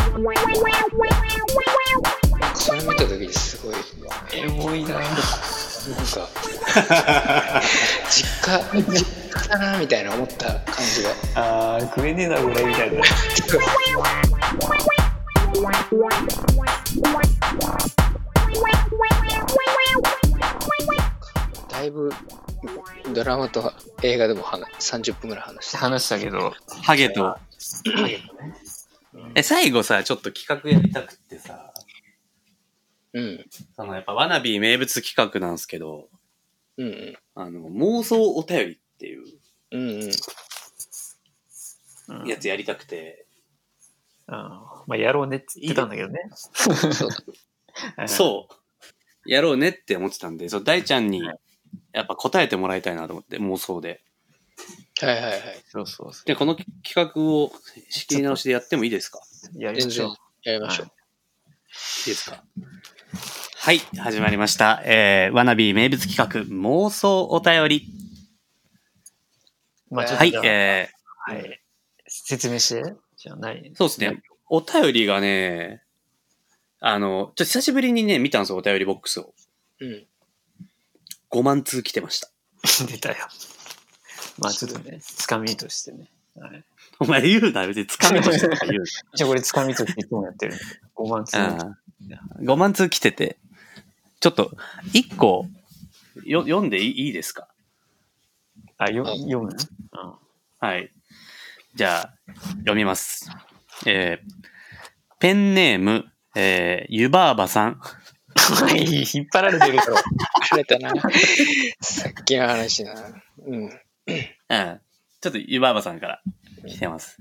実家 実家だなみたいな思った感じがあー食えねえなこれみたいなだいぶドラマと映画でも話30分ぐらい話した話したけどハゲとハゲとねえ最後さちょっと企画やりたくってさうんそのやっぱワナビー名物企画なんですけどうんうんあの妄想お便りっていううんうんやつやりたくて、うんまあ、やろうねって言ってたんだけどね。そうだそうやろうねって思ってたんでそう大ちゃんにやっぱ答えてもらいたいなと思って妄想ではいはいはいそうそうそでこの企画を仕切り直しでやってもいいですかう。やり全ましょ然う。やりましょう、いいですかはい、始まりました。えー、わなび名物企画、妄想お便り。まあ、ちょっはといじゃ、あ、えはい。説明して。じゃあ、ない ー、。そうですね。お便りがね、あの、ちょっと久しぶりにね、見たんですよ、お便りボックスを。うん5万通来てました。出たよ。まあ、ちょっとね、つかみとしてね。はい、お前言うな、別につかみとしてとか言うじゃあ、これつかみとしていつもやってる。5万つ。な。 うん。5万通来てて、ちょっと、1個、よ読んでいいいいですかあ、よはい読む はい。じゃあ、読みます。えー、ペンネーム、えー、ゆばあばさん。うん。引っ張られてるから。あれだなさっきの話なうんうん。ちょっとゆばあばさんから来てます。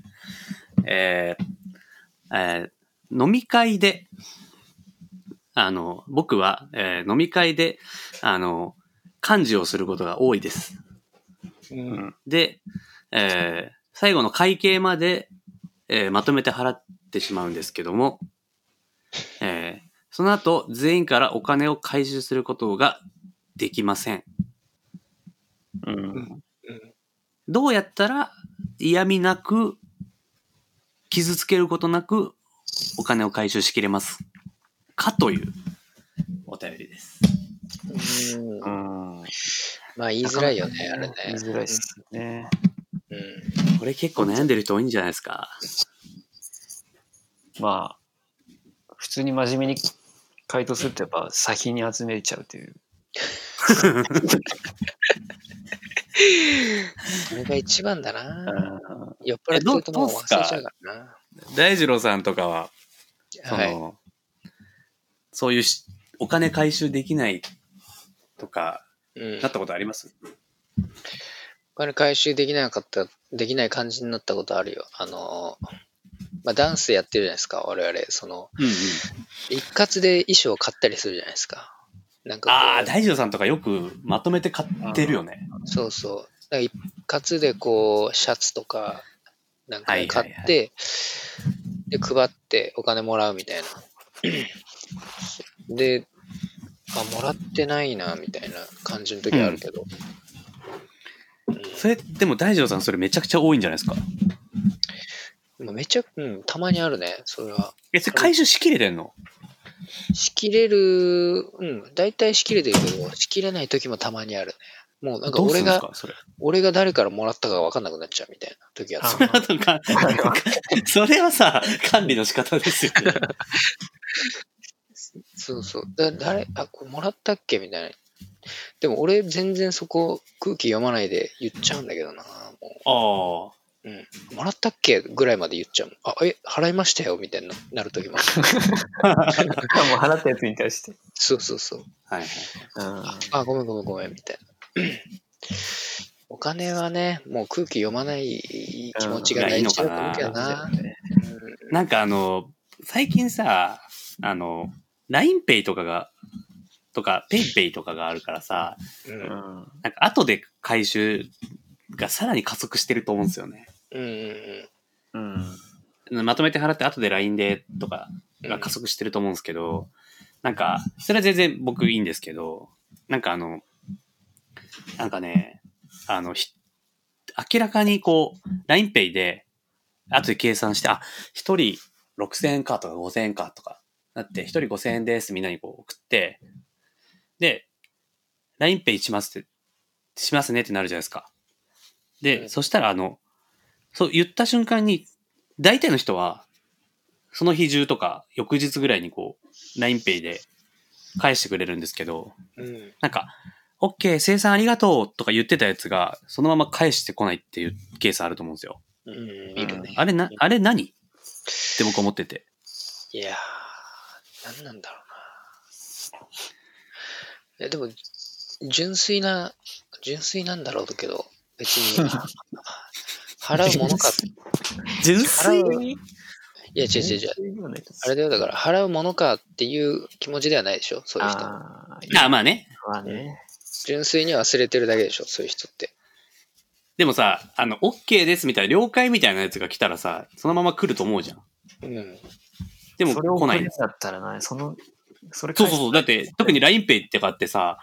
えーえー飲み会で、あの、僕は、えー飲み会で、あの、漢字をすることが多いです。うんで、えー最後の会計まで、えーまとめて払ってしまうんですけども、えーその後、全員からお金を回収することができません。うん。うんどうやったら嫌味なく、傷つけることなく、お金を回収しきれますかというお便りです。うんうん。まあ言いづらいよねあれね言いづらいですね。うんこれ結構悩んでる人多いんじゃないですか。まあ、普通に真面目に回答するとやっぱ先に集めちゃうという。それが一番だうな。ん酔っ払ってるともう忘れちゃうからな。大二郎さんとかは、そはい。の、そういうしお金回収できないとか、うん、なったことありますお金回収できなかった、できない感じになったことあるよ。あのー、まあ、ダンスやってるじゃないですか、我々。その、うんうん。一括で衣装を買ったりするじゃないですか。なんかこうああ、大二郎さんとかよくまとめて買ってるよね。そうそう。だから一括でこう、シャツとか、なんかはいはいは買いって、で、配ってお金もらうみたいな。で、あ、もらってないな、みたいな感じの時あるけど。それ、でも大二郎さんそれめちゃくちゃ多いんじゃないですか。まあめちゃ、うん、たまにあるね、それは。え、それ回収しきれてんの仕切れる、うん、大体仕切れてるけど、仕切れない時もたまにあるね。もうなんかどうす俺るんですが、かそれ。俺が誰からもらったかわかんなくなっちゃうみたいな時ある。あとか、それはさ、管理の仕方ですよね。そうそう。だ誰、あ、これもらったっけみたいな。でも俺全然そこ空気読まないで言っちゃうんだけどな。もああ。う、うん。もらったっけぐらいまで言っちゃうもん。あ、え、払いましたよみたいにななる時 もある。もう払ったやつに対して。そうそうそう。はいはい。うんあ、ごめんごめんごめんみたいな。お金はね、もう空気読まない気持ちが大事だと思うけどな。なんかあの、最近さ、あの、LINEPay とかが、とか PayPay とかがあるからさ、うんう。んなんか後で回収がさらに加速してると思うんですよね。うんうんうんまとめて払って後で LINE でとかうがん。加速してると思うんですけど、なんか、それは全然僕いいんですけど、なんかあの、なんかね、あの、ひ明らかにこう、LINEPay で、後で計算して、あ、一人6000円かとか5000円かとか、だって一人5000円ですみんなにこう送って、で、 LINEPay しますって、しますねってなるじゃないですか。で、うんそしたら、あの、そう言った瞬間に、大体の人は、その日中とか、翌日ぐらいにこう、LINEPay で返してくれるんですけど、うん。なんか、OK、生産ありがとうとか言ってたやつが、そのまま返してこないっていうケースあると思うんですよ。うん、見るね。あれな、あれ何って僕思ってて。いやー、何なんだろうな。いや、でも、純粋な、純粋なんだろうけど、別に、払うものか、純粋にいや、違う違う違う。あれだよ、だから、払うものかっていう気持ちではないでしょ、そういう人。あーあ、まあね。まあね。純粋に忘れてるだけでしょ、そういう人って。でもさ、あの、OK ですみたいな、了解みたいなやつが来たらさ、そのまま来ると思うじゃん。うん。でもそれを来ない送。るんだったらな、その、それそうそうそう。だって、特に LINEPay ってかってさ、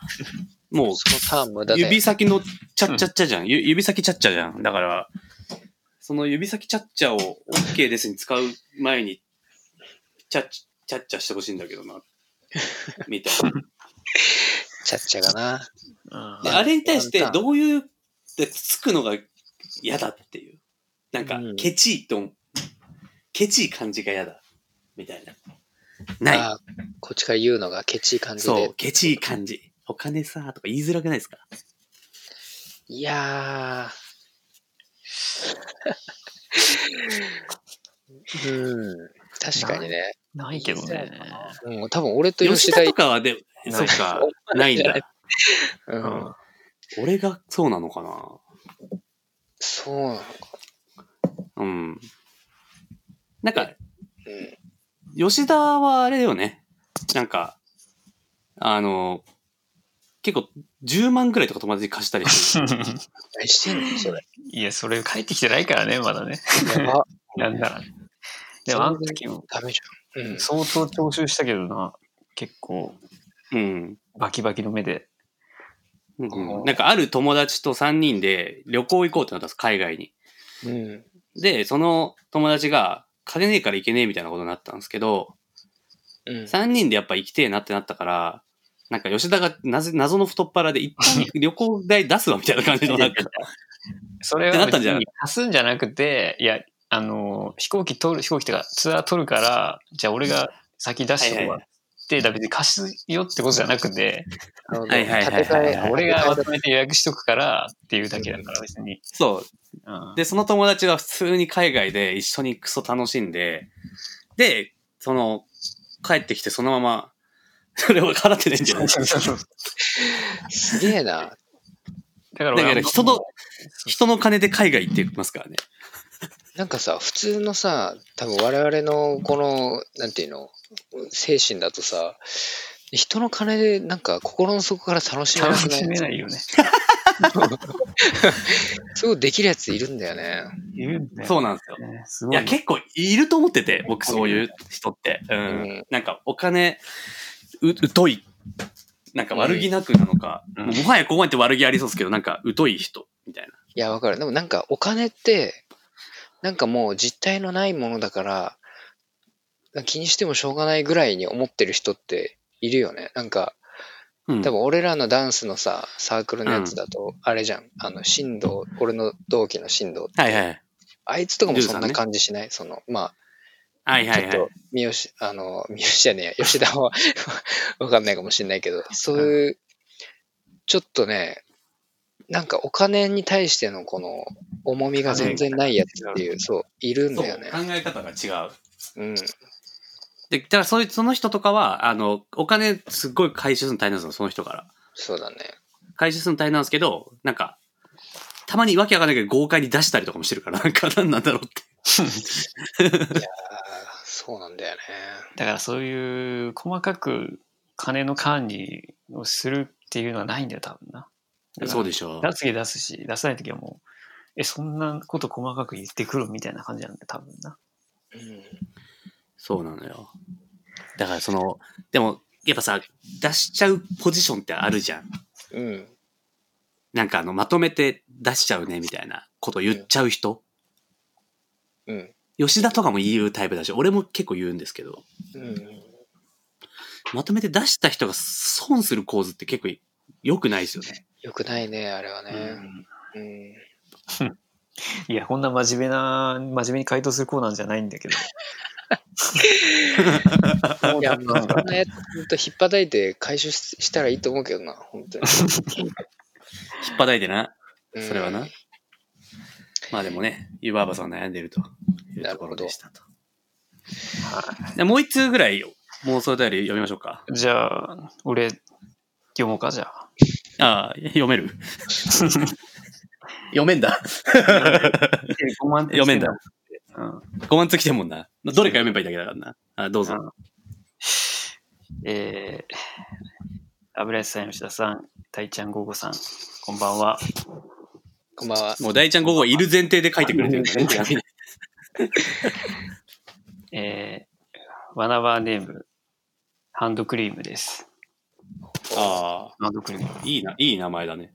もそのターン無駄う、だよ。指先のチャッチャッチャじゃん。ゆ指先チャッチャじゃん。だから、その指先チャッチャを OK ですに使う前に、チャッチャッチャしてほしいんだけどな。みたいな。ちゃっちゃがな。うん。でまああれに対してワンタンどういう、でつくのが嫌だっていう。なんかうん、ケチいと思う、ケチい感じが嫌だ。みたいな。ない。あーこっちから言うのがケチい感じそでう、。ケチい感じ。お金さとか言いづらくないですかいやー。 うん。確かにね。ないけどね。うん、多分俺と吉吉田田とかはで、いそっか、ないんだ。ううんん。俺がそうなのかなそうなのか。うん。なんか、うん。吉田はあれだよね。なんか、あの、結構10万くらいとか友達に貸したりしてる。何してんのそ れ。いや、それ帰ってきてないからね、まだね。やば。なんなら。でも、あの時もダメじゃん。うん。相当徴収したけどな、結構 うん。バキバキの目で。うんなんかある友達と3人で旅行行こうってなったんです、海外に。うん。で、その友達が、金ねえから行けねえみたいなことになったんですけど、うん。 3人でやっぱ行きてえなってなったから、なんか吉田がなぜ謎の太っ腹で一旦旅行代出すわみたいな感じのなんか、それってなはったんじゃない別に貸すんじゃなくて、いや、あの、飛行機取る、飛行機とかツアー取るから、じゃあ俺が先出してもらって、だから別に貸すよってことじゃなくて、なるほどはいはいはいはい建て替え俺がまとめて予約しとくからっていうだけだから別に。そう。うんで、その友達は普通に海外で一緒にクソ楽しんで、で、その、帰ってきてそのまま、 それを払ってないんじゃないすげえな。 だからだから俺は人の、人の金で海外行ってますからね。なんかさ、普通のさ、多分我々のこの、なんていうの、精神だとさ、人の金でなんか心の底から楽しめな楽くないしめないよ ね。そうできるやついるんだよね。いるんだよそうなんですよ。ね。すいごいや、ね。結構いると思ってて、僕そういう人って。うん。うんなんか、お金、う、疎い。なんか悪気なくなのか、うんもうもはやここまでって悪気ありそうですけど、なんか疎い人、みたいな。いや、わかる。でもなんかお金って、なんかもう実体のないものだから、気にしてもしょうがないぐらいに思ってる人っているよね。なんか、うん。多分俺らのダンスのさ、サークルのやつだと、あれじゃん。あの、振動、俺の同期の振動。はいはい。あいつとかもそんルーさんなね感じしない、その、まあ、はいはいちょはっと、三好、あの、三好じゃねえや、吉田は わかんないかもしれないけど、そういう、ちょっとね、なんかお金に対してのこの重みが全然ないやつっていう、そう、いるい。んそう、だ考よね。え方が違う。うん。で、だからそういう、その人とかは、あの、お金すっごい回収するの大変なんですよ、その人から。そうだね。回収するの大変なんですけど、なんか、たまにわけわかんないけど豪快に出したりとかもしてるから、なんか何なんだろうって。あーそうなんだよね。だからそういう細かく金の管理をするっていうのはないんだよ、多分な。そうででしょう。出す時は出すし、出さない時はもう、え、そんなこと細かく言ってくるみたいな感じなんだよ、多分な。うん。そうなのよ。だからその、でも、やっぱさ、出しちゃうポジションってあるじゃん。うん。なんかあの、まとめて出しちゃうね、みたいなこと言っちゃう人。うん。吉田とかも言うタイプだし、俺も結構言うんですけど、うん。まとめて出した人が損する構図って結構良くないですよね。よくないね、あれはうね。んうん。いや、こんな真面目な、真面目に回答するコーナーじゃないんだけ ど。いや、まあ、こんなやつ、ほんと、ひっぱたいて回収ししたらいいと思うけどな、本当に。引っ張いてな。うんそれはな。まあでもね、湯婆婆さんは悩んでいるというなとるこほろどでしたと。でもう一通ぐらい妄想お便り読みましょうか。じゃあ、俺、読もうか、じゃあ。 ああ、読める 読めんだ。読めんだ。うん。 5万つ来てんもんな。どれか読めばいいだけだからな。あどうぞ。えー、油井さん、吉田さん、大ちゃん、ゴーゴさん、こんばんは。こんばんは。もう大ちゃん午後いる前提で書いてくれてるからね手紙に。えー、ワナバーネーム、ハンドクリームです。あハンドクリーム。あ、いいな、いい名前だね。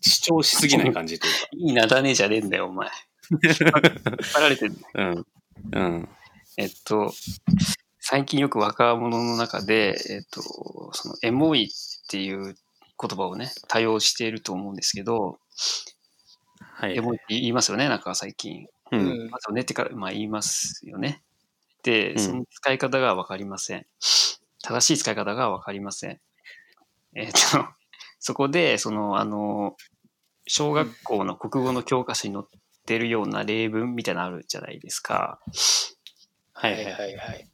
主張しすぎない感じといういいなだねじゃねえんだよ、お前。引っ張られてる。か。うん。うん。えっと、最近よく若者の中で、えっと、そのエモいっていう言葉をね、多用していると思うんですけど、はい。エモいって言いますよね、なんか最近。うう。んん。まず寝てから、まあ言いますよね。で、うんその使い方がわかりません。正しい使い方がわかりません。えっ、と、 そこで、その、あの、小学校の国語の教科書に載ってるような例文みたいなのあるじゃないですか。ははいいはい。はいはい。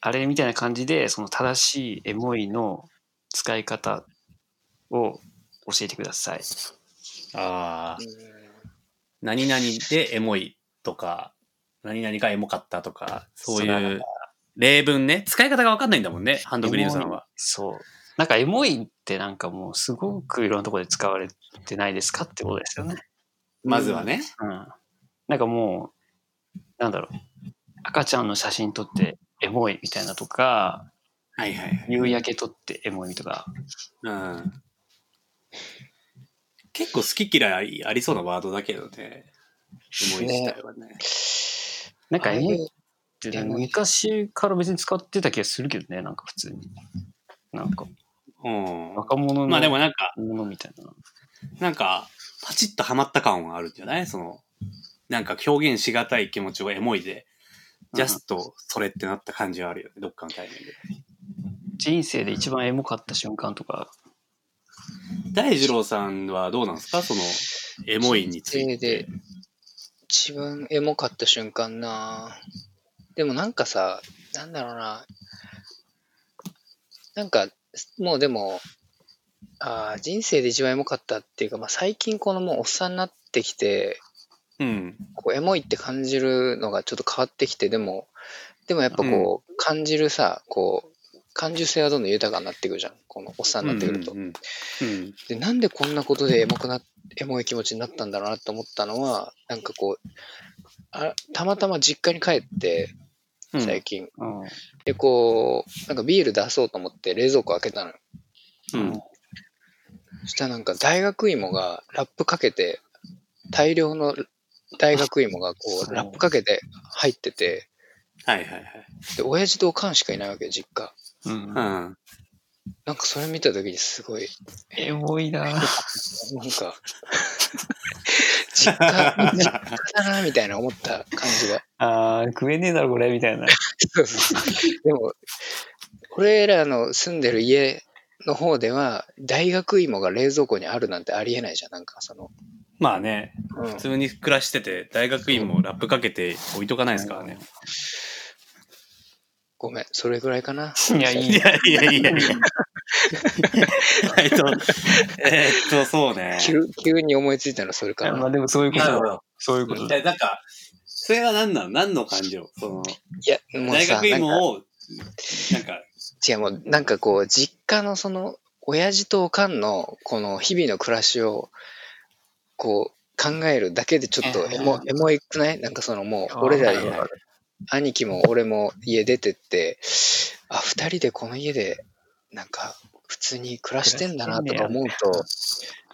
あれみたいな感じで、その正しいエモいの使い方を教えてください。あう、あん何々でエモいとか、何々がエモかったとか、そういう例文ね。使い方がわかんないんだもんね、ハンドグリームさんは。そう。なんかエモいってなんかもうすごくいろんなところで使われてないですかってことですよね。まずはね。うん。なんかもう、なんだろう。赤ちゃんの写真撮ってエモいみたいなとか、はいはい。夕焼け撮ってエモいとか。うん。結構好き嫌いありそうなワードだけどね。エモい自体はね。なんかエモいっあれてエモい昔から別に使ってた気がするけどね、なんか普通に。なんかうん。若者のまあでももなんか、のみたいな。なんか、パチッとハマった感はあるんじゃないその、なんか表現しがたい気持ちをエモいで、ジャストそれってなった感じはあるよね、どっかのタイミングで。人生で一番エモかった瞬間とか、大二郎さんはどうなんですかその、エモいにつ人い生でて。一番エモかった瞬間なでもなんかさ、なんだろうな。なんか、もうでも、あー人生で一番エモかったっていうか、まあ、最近このもうおっさんになってきて、うん。こうエモいって感じるのがちょっと変わってきてでもでもやっぱこう、感じるさこう感受性はどんどん豊かになってくるじゃんこのおっさんになってくると、うんうんうんでなんでこんなことでエモくなエモい気持ちになったんだろうなと思ったのはなんかこうあたまたま実家に帰ってうん最近、うん。でこうなんかビール出そうと思って冷蔵庫開けたのようん。そしたらなんか大学芋がラップかけて大量の大学芋がこうラップかけて入ってて、はいはいはい。で、親父とおかんしかいないわけよ、実家。うんうん。なんかそれ見た時にすごい、エモいななんか、実家、実家だな、みたいな思った感じが。あー食えねえだろ、これ、みた いな。そうそうそうでも、俺らの住んでる家の方では、大学芋が冷蔵庫にあるなんてありえないじゃん、なんかその。まあね、うん普通に暮らしてて、大学院もラップかけて置いとかないですからね。ごめん、それぐらいかな。いや、いいい。やいやいやいや。えっと、えっと、そうね。急急に思いついたのそれか まな。あでもそういうこなるとほ。ど。そういうことだ。えなんか、それは何なの何の感情その、いや、もう大さ、学な院んかもを、なんか、違う、もうなんかこう、実家のその、親父とおかんの、この日々の暮らしを、こう、考えるだけでちょっとエモ、エモいくないなんかそのもう、俺らはいはい、兄貴も俺も家出てって、あ、二人でこの家で、なんか、普通に暮らしてんだなとか思うと、ちょっ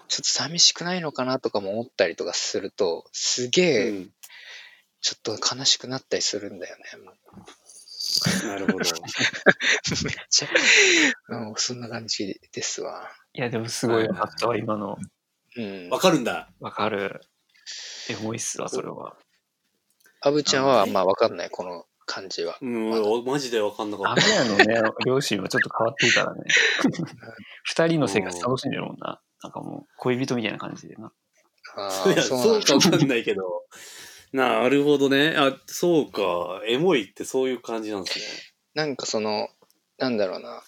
と寂しくないのかなとかも思ったりとかすると、すげうえ、ん ちょっと悲しくなったりするんだよね。なるほど。めっちゃ、うん、そんな感じですわ。いや、でもすごいわかったわ、今の。うんわ。かるんだ。わかる。エモいっすわ、それは。アブちゃんは、まあわかんない、この感じは。うん、俺マジでわかんなかアっメヤのね、両親はちょっと変わってるからね。二人の生活楽しんでるもんな。なんかもう、恋人みたいな感じでな。あ た。いあ、や、そうなそんだうかわかんないけど。なるほどね。あ、そうか。エモいってそういう感じなんですね。なんかその、なんだろうな。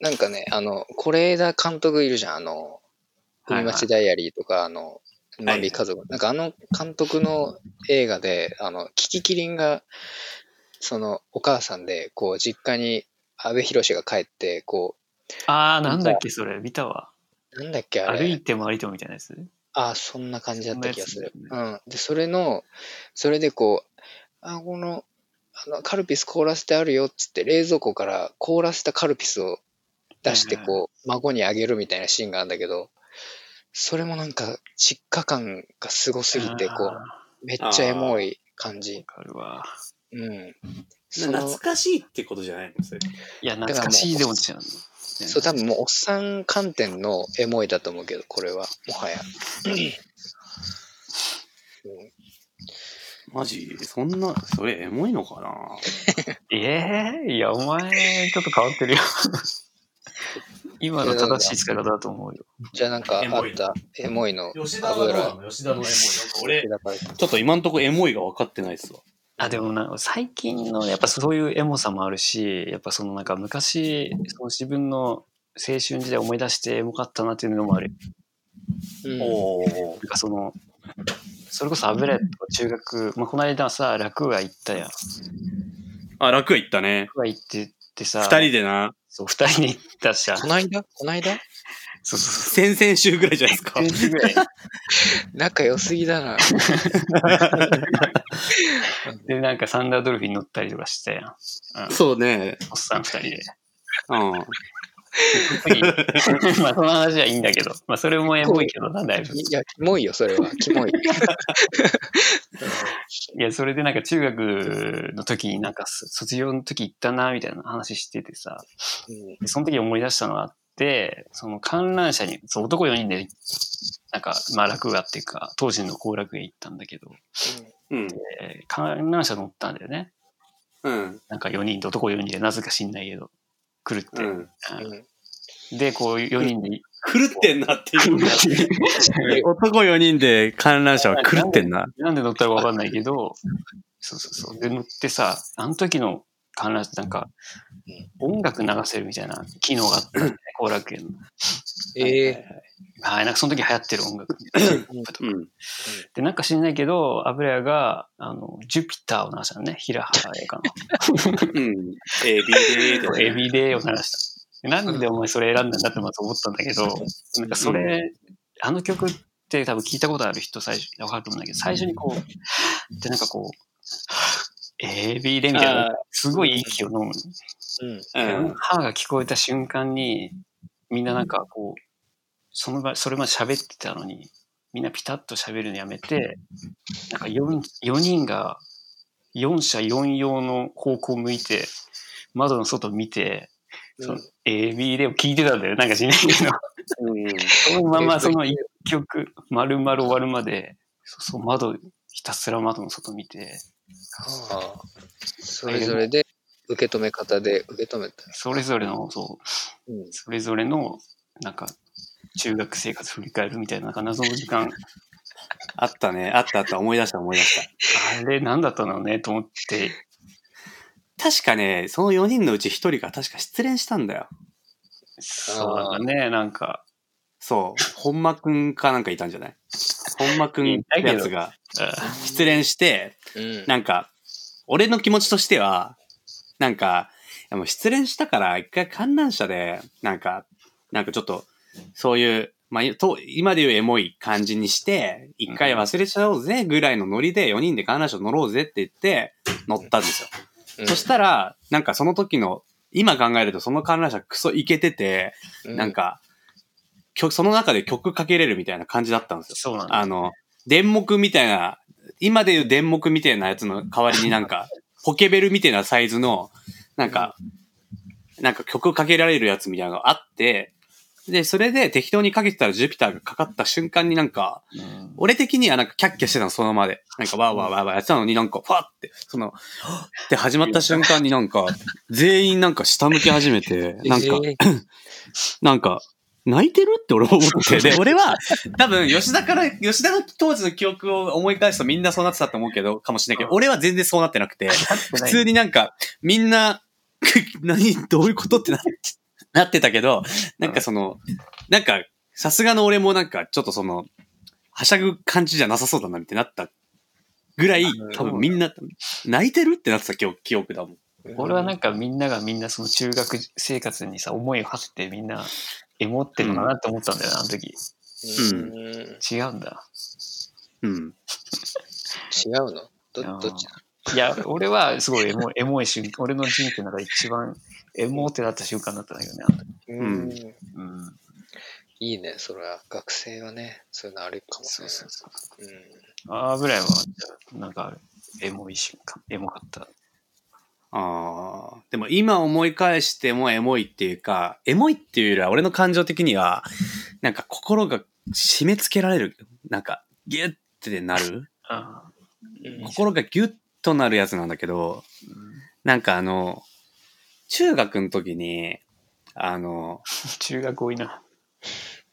なんかね、あの、是枝監督いるじゃん。あの、はいは海い町ダイアリーとか、あの、は万い引き家族。なんかあの監督の映画で、あの、キキキリンが、その、お母さんで、こう、実家に、阿部寛が帰って、こあー、なんだっけ、それ。見たわ。う、なんだっけ、あれ。歩いて回りてもみたいなやつ。ああ、そんな感じだった気がする。そんなうん。で、それの、それでこう、あ、この、あの、カルピス凍らせてあるよっつって、冷蔵庫から凍らせたカルピスを出して、はいはこう、孫にあげるみたいなシーンがあるんだけど、それもなんか、実家感がすごすぎて、こあう、めっちゃエモい感ー。じわ。かるわ。うん。そなの懐かしいってことじゃないのそれ。いや、懐かしいでも違うの。そう、多分もう、おっさん観点のエモいだと思うけど、これは、もはや。うんマジそんな、それエモいのかなええいや、お前、ちょっと変わってるよ。 今の正しい使い方だと思うよ。じゃあなんかあエモいった、エモいの吉田はどうなの吉田のエモい。俺、だからちょっと今んとこエモいが分かってないっすわ。あ、でもな、最近の、やっぱそういうエモさもあるし、やっぱそのなんか昔、その自分の青春時代思い出してエモかったなっていうのもある。うんおおなんかその、それこそ油絵とか中学、まあ、この間さ、楽屋行ったやん。あ、楽屋行ったね。楽屋行ってってさ、二人でな。そう、二人で行ったじゃん。こないだこないだそうそう先々週ぐらいじゃないですか。そう。10ぐらい仲良すぎだな。で、なんかサンダードルフィン乗ったりとかしてたやん。そうね。おっさん二人で。うん。次 まあその話はいいんだけど、まあそれもエモいけどな、だいぶ。いや、キモいよ、それは。キモい。いや、それでなんか中学の時になんかそ卒業の時行ったな、みたいな話しててさ、うんでその時思い出したのがあって、その観覧車に、そう男4人で、なんか、まあ落語っていうか、当時の後楽園行ったんだけど、うん。えー観覧車乗ったんだよね。うん。なんか4人で、男4人で、なぜか知んないけど、来るって。うん。うんで、こう4人で、狂ってんなっていう。 男4人で観覧車は狂ってんな。なんで乗ったかわかんないけど、 そうそうそう。で、乗ってさ、あの時の観覧車なんかうん、音楽流せるみたいな機能があったん だよね、後楽園の。えはえいはいはいはい、なんかその時流行ってる音楽。うん。 で、なんか知んないけど、油屋が、あの、ジュピターを流したのね、平原映画うん。エビデーと の。かエビデーを流した。でなんでお前それ選んだんだってまず思ったんだけ ど、なんかそれ、あの曲って多分聞いたことある人最初、わかると思うんだけど、最初にこう、で、なんかこう、エビデーみたいあなー、すごい息を飲むの。うんうん。歯が聞こえた瞬間に、みんななんかこう、その場、それまで喋ってたのに、みんなピタッと喋るのやめて、なんか 4, 4人が、4社4用の方向を向いて、窓の外見て、うそんの AB でも聞いてたんだよ。なんかしないけど。うんそのままその一曲、丸々終わるまで、そうそう、窓、ひたすら窓の外見て、ああそれぞれで、受け止め方で受け止めた。それぞれの、そう、うんそれぞれの、なんか、中学生活振り返るみたいな、なんか謎の時間、あったね。あったあった。思い出した思い出した。あれ何だったのねと思って、確かね、その4人のうち1人が確か失恋したんだよ。そうだね、なんか、そう。本間くんかなんかいたんじゃない本間くんってやつがう失恋して、うんなんか、俺の気持ちとしては、なんか、いやもう失恋したから一回観覧車で、なんか、なんかちょっと、そういう、まあ、と今でいうエモい感じにして、一回忘れちゃおうぜぐらいのノリで4人で観覧車乗ろうぜって言って乗ったんですよ。うんそしたら、なんかその時の、今考えるとその観覧車クソイケてて、うんなんか、曲、その中で曲かけれるみたいな感じだったんですよ。そうなん だ。あの、電木みたいな、今でいう電木みたいなやつの代わりになんか、ポケベルみたいなサイズの、なんか、なんか曲かけられるやつみたいなのがあって、で、それで適当にかけてたらジュピターがかかった瞬間になんか、うん俺的にはなんかキャッキャしてたの、そのままで。なんかわーわーわーわーやってたのになんか、ファーって、その、って始まった瞬間になんか、全員なんか下向き始めて、なんか、なんか、泣いてるって俺は思って。で、俺は、多分、吉田から、吉田の当時の記憶を思い返すとみんなそうなってたと思うけど、かもしれないけど、俺は全然そうなってなくて、普通になんか、みんな、 何、どういうことってななってたけど、なんかその、なんか、さすがの俺もなんか、ちょっとその、はしゃぐ感じじゃなさそうだなってなったぐらい、多分みんな、泣いてるってなってた記憶記憶だもん。俺はなんか、んかみんながみんなその中学生活にさ、思いを馳せてみんな、エモってるのかなって思ったんだよな、あの時。うん、違う違うんだ。うん。のどあーどっちいや、俺はすごいエモい、エモい瞬間、俺の人生の中で一番エモってなった瞬間だったんだけどね、あの時うんん、うん。いいね、それは。学生はね、そういうのあるかもね。そうそうそう。うん、あーぐらいは、なんかある、エモい瞬間、エモかった。ああ、でも今思い返してもエモいっていうか、エモいっていうよりは俺の感情的には、なんか心が締め付けられる。なんか、ギュッてなる。あうん心がギュッとなるやつなんだけど、ーうんなんかあの、中学の時に、あの、中学多いな。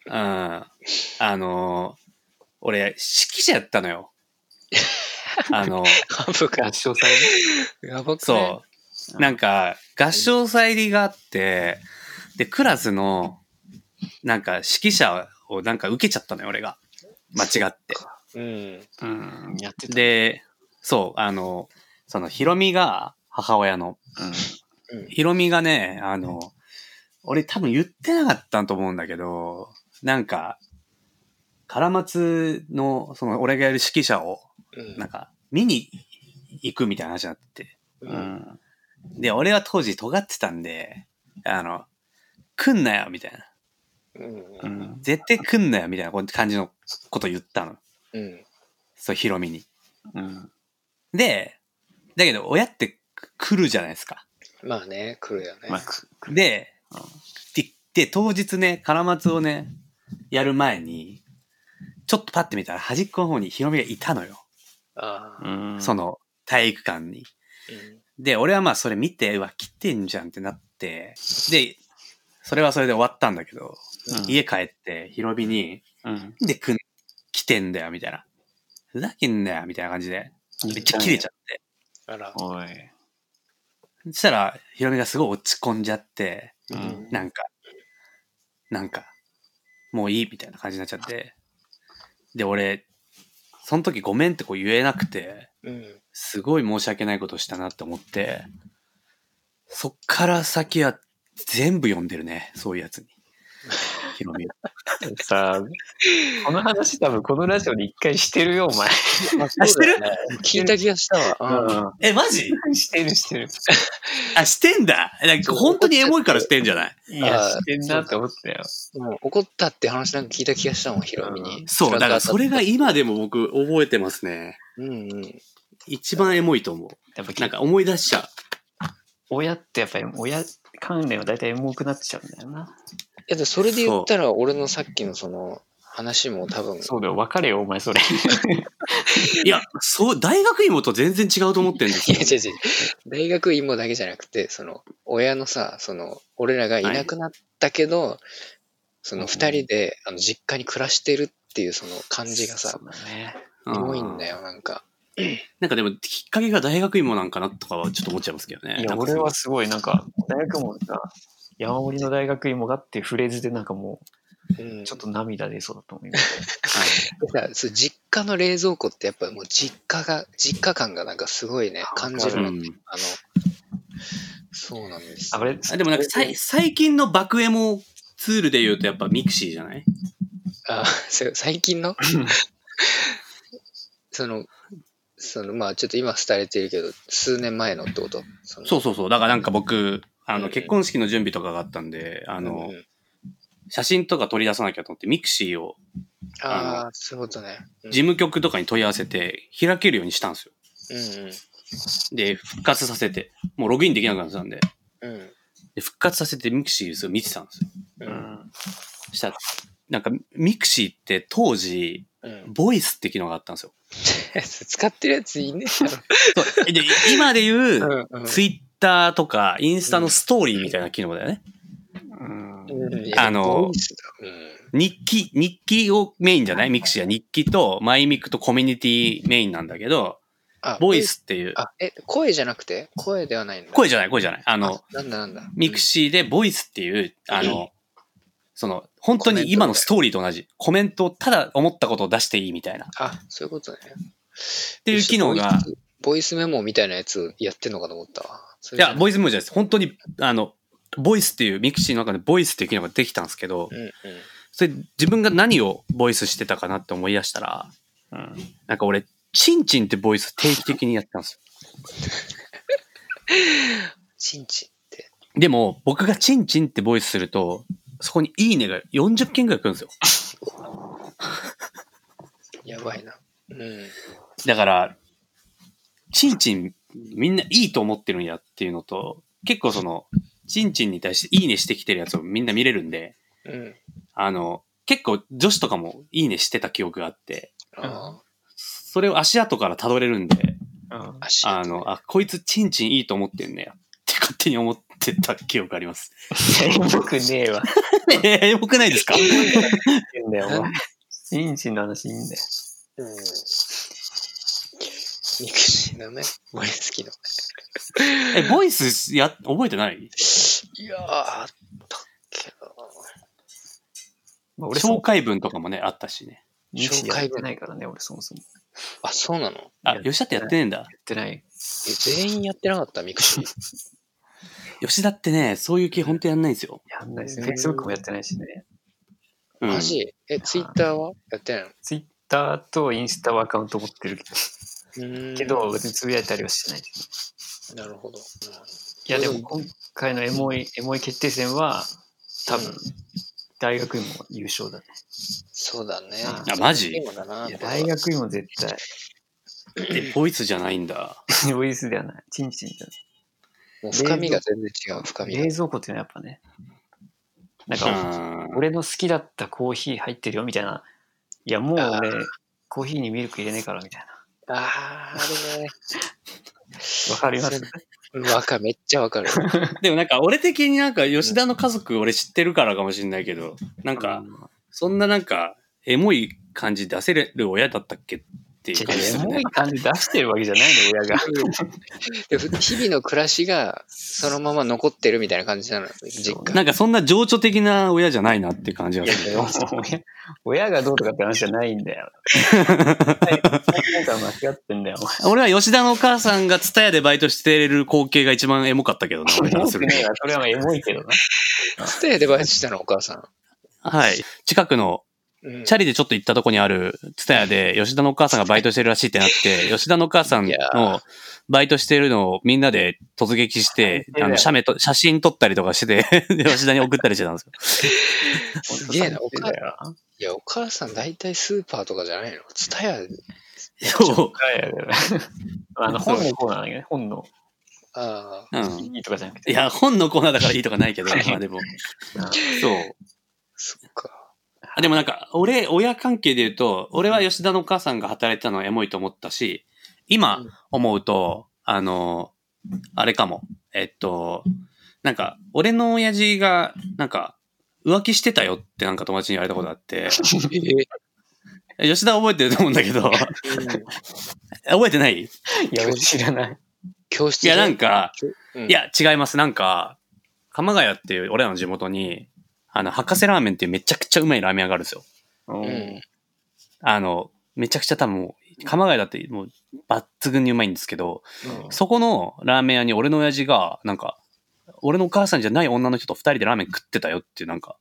うん、あの、俺、指揮者やったのよ。あの、ハブ合が、唱祭やばくないそう。なんか、合唱祭りがあって、で、クラスの、なんか、指揮者をなんか受けちゃったのよ、俺が。間違って。うん。うん、やってた。で、そう、あの、その、ヒロミが、母親の、うん、ヒロミがね、あの、俺多分言ってなかったと思うんだけど、なんか、カラマツの、その、俺がやる指揮者を、うんなんか、見に行くみたいな話になって、う。うんん。で、俺は当時尖ってたんで、あの、来んなよ、みたいな。うん。ううんん。絶対来んなよ、みたいな感じのこと言ったの。うん。そう、ヒロミに。うん。で、だけど、親って来るじゃないですか。まあね、来るよね。まあ、く、くでうん、で、で当日ね、カラマツをね、やる前に、ちょっとパッて見たら端っこの方にヒロミがいたのよ。ああ。うん。その、体育館に。うんで、俺はまあそれ見て、うわ、来てんじゃんってなって、で、それはそれで終わったんだけど、うん家帰って、ヒロミに、うん。なんでくん、来てんだよ、みたいな。ふざけんなよ、みたいな感じで。めっちゃ切れちゃって。あら。おい。そしたら、ヒロミがすごい落ち込んじゃって、ううんん。なんか、なんか、もういい、みたいな感じになっちゃって。で、俺、その時ごめんってこう言えなくて、うん。すごい申し訳ないことしたなって思って、そっから先は全部読んでるね、そういうやつに。ヒロミ。さあ、この話多分このラジオで一回してるよ、お前。 あしてる聞いた気がしたわ。うん。え、マジうん。 してる、してる。あ、してんだ。なんか本当にエモいからしてんじゃないいや、あーしてんなって思ったよ。もう怒ったって話なんか聞いた気がしたもん、ヒロミに。そう、だからそれがい。今でも僕覚えてますね。うんうん。一番エモいと思う。やっぱ、なんか思い出しちゃ親ってやっぱり親関連は大体エモくなっちゃうんだよな。いや、でそれで言ったら、俺のさっきのその話も多分、そうだよ、別れよ、お前、それ。う。いや、そう、大学芋と全然違うと思ってんですいよや、。違う違う。大学院もだけじゃなくて、その、親のさ、その、俺らがいなくなったけど、その、二人で、あの、実家に暮らしてるっていう、その、感じがさそ、うだね。エモいんだよ。よ、なんか。なんかでも、きっかけが大学芋なんかなとかはちょっと思っちゃいますけどね。いや、なんかそ俺のは。すごい、なんか、大学もさ、山盛りの大学芋がっていうフレーズで、なんかもうん。う、ちょっと涙出そうだと思います。さそう実家の冷蔵庫って、やっぱもう、実家が、実家感がなんかすごいね、感じうるはいの。うあのん、そうなんですあ、よ。これ、あでもなんかさい最近の爆エモツールで言うとやっぱミクシーじゃないあ、そう最近 のその、その、まあ、ちょっと今、廃れてるけど、数年前のってことそのそうそうそう。だからなんか僕、あうの、ん結婚式の準備とかがあったんで、あうんうんの、写真とか取り出さなきゃと思って、ミクシーをああ、そういうことね。うん事務局とかに問い合わせて開けるようにしたんですよ。うんうん。で、復活させて、もうログインできなくなってたんで、うん。で復活させてミクシーを見てたんですよ。う。うんん。したら、なんかミクシーって当時、うん、 ボイスって機能があったんですよ。使ってるやついねそうで今でえ言だう、ろ。うん。ツイッターとかインスタのストーリーみたいな機能だよね。うん。 うんいやあのボイスだうん。日記、日記をメインじゃないミクシーは日記とマイミクとコミュニティメインなんだけど、あボイ。スっていう、あ、え、声じゃなくて声ではないんだ。声じゃない声じゃない。ああの、なんだなんだ。ミクシーでボイスっていう、あの、その、本当に今のストーリーと同じ、コメントをただ思ったことを出していいみたいな、っあ、そういうことね。っていう機能が、ボイスメモみたいなやつやってんのかと思ったわ。そいれじゃや、ボイスメモじゃないです。本当に、あの、ボイスっていう、ミクシーの中でボイスっていう機能ができたんですけどう、んうん。それ自分が何をボイスしてたかなって思い出したら、うん。なんか俺、チンチンってボイス定期的にやってたんですチンチンって。よ。でも、僕がチンチンってボイスすると、そこにいいねが40件ぐらい来るんですよ。やばいな。うん。だから、チンチンみんないいと思ってるんやっていうのと、結構その、チンチンに対していいねしてきてるやつをみんな見れるんで、うん。あの、結構女子とかもいいねしてた記憶があって、あそれを足跡から辿れるんで、うんあ、足。あの、あ、こいつチンチンいいと思ってんねやって勝手に思ってた記憶あります。よくねえわ。 えよくないで すかいいんだよ、お前。チンチンの話いいんだよ。うん。ミクシーのね、ボイス機能。え、ボイスや、覚えてないいやー、あったけど。まあ、俺紹そ介文とかもね、あったしね。う、認知やってないからね、俺そもそも。あ、そうなのあ、吉田ってやってねえんだ。やってない。え、全員やってなかったミクシー。吉田ってね、そういう系ほんとやんないんですよ。やんないです。うん Facebook もやってないしね。うんマジえ、ツイッターはやってないの Twitter とインスタはアカウント持ってるうーんけど、別につぶやいたりはしてない。なるほど。うんいや、でうもん今回のエモい、エモい決定戦は、多分、大学院も優勝だね。そうだね。あマジ今だないや、大学院も絶対、 えボイスじゃないんだ。ボイスではない。チンチンじゃない。もう深みが全然違う、深みが冷。蔵庫っていうのはやっぱね、なんか、うん。俺の好きだったコーヒー入ってるよみたいな、いや、もうあ俺、コーヒーにミルク入れねえからみたいあー、あれね。な。わかりますそうんわかる、めっちゃわ かる。でもなんか俺的になんか吉田の家族俺知ってるからかもしれないけど、なんか、そんななんか、エモい感じ出せる親だったっけっていう感じですエよモねい。感じ出してるわけじゃないの、親が。でふ日々の暮らしがそのまま残ってるみたいな感じなの、実そう家。なんかそんな情緒的な親じゃないなっていう感じがいやする。でも親親がどうとかって話じゃないんだ よ。はいなんか間違ってんだよ、俺は吉田のお母さんがツタヤでバイトしてる光景が一番エモかったけどな、お俺前。からよすくるねえと。 わ。それはエモいけどな。ステイでバイトしたの、お母さん。はい。近くの、うんチャリでちょっと行ったとこにあるツタヤで吉田のお母さんがバイトしてるらしいってなって、吉田のお母さんいやのバイトしてるのをみんなで突撃して、あの、写メと、写真撮ったりとかして、 吉田に送ったりしてたんですよ。すげえな、お本当母だいよ。や、お母さん大体スーパーとかじゃないのツタヤ、そう。あの、 本のコーナーだけどね、本のああ、うん。いいとかじゃなくて。いや、本のコーナーだからいいとかないけど、はいまあでも。うんそう。そっ か。あでもなんか、俺、親関係で言うと、俺は吉田のお母さんが働いてたのはエモいと思ったし、今うん思うと、あの、あれかも。えっと、なんか、俺の親父が、なんか、浮気してたよってなんか友達に言われたこと あって、えー吉田覚えてると思うんだけど、うん 覚えてないいいや、俺知らない。教室や、なん、か、うんい、や、違います。なんか、鎌ヶ谷っていう俺らの地元に、あの、博士ラーメンっていうめちゃくちゃうまいラーメン屋があるんですよ。ううんん。あの、めちゃくちゃ多分もう、鎌ヶ谷だってもう抜群にうまいんですけど、そこのラーメン屋に俺の親父が、なんか、俺のお母さんじゃない女の人と二人でラーメン食ってたよっていう、なんか、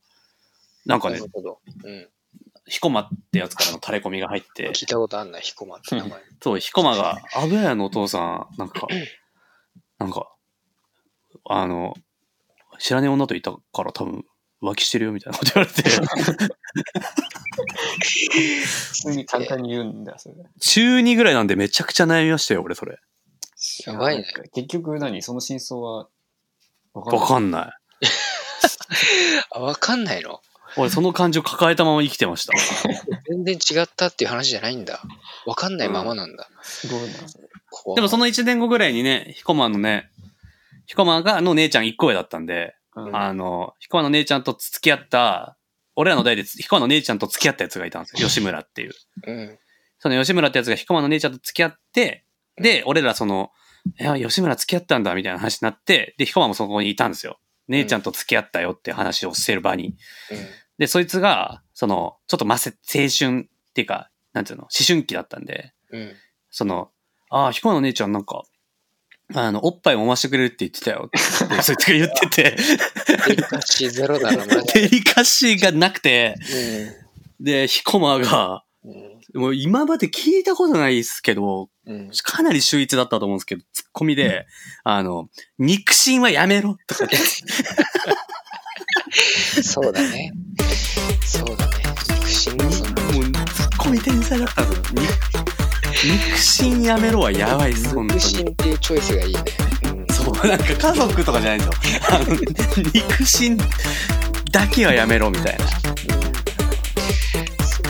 なんかなねる、ほど。うん。ヒコマってやつからの垂れ込みが入って、聞いたことあんな、彦間って名 前。そう、ヒコマが、アブヤのお父さん、なんか、なんか、あの、知らねえ女といたから多分浮気してるよみたいなこと言わ れて、普通に簡単に言うんだ、それ。中2ぐらいなんでめちゃくちゃ悩みましたよ、俺それ。やばいねやなんか結局何その真相はわかんなわいかんない。あ、わかんないの俺、その感情抱えたまま生きてました。全然違ったっていう話じゃないんだ。わかんないままなんだ。すごいな。それ怖いでもその1年後ぐらいにね、ヒコマのね、ヒコマがの姉ちゃん1個上だったんで、うんあの、ヒコマの姉ちゃんと付き合った、俺らの代でヒコマの姉ちゃんと付き合ったやつがいたんですよ。吉村っていう。うん。その吉村ってやつがヒコマの姉ちゃんと付き合って、で、俺らその、いや、吉村付き合ったんだみたいな話になって、で、ヒコマもそこにいたんですよ。姉ちゃんと付き合ったよって話をしてる場に。で、そいつが、その、ちょっとませ、青春っていうか、なんていうの、思春期だったんで、うん。うん。その、ああ、ヒコの姉ちゃんなんか、あの、おっぱい揉ましてくれるって言ってた よって、そいつが言ってて、デリカシーゼロだな、マジデリカシーがなくて、で。で、ヒコマが、うん。もう今まで聞いたことないですけど、うん。かなり秀逸だったと思うんですけど、ツッコミで、あの、肉親はやめろとか言って、そうだね。そうだね。肉親のそのもうツッコミ天才だったぞ。に肉親やめろはやばいです、本当肉に。親っていうチョイスがいいね。うんそう、なんか家族とかじゃないんですよ。あの、肉親だけはやめろみたいな。そっ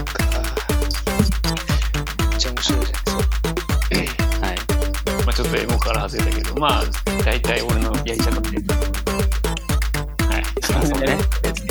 か。めっちゃ面白いじゃないですか。はい。まあちょっとエモから外れたけど、まあ、大体俺のやりたかったやつ。はい。そうねやつ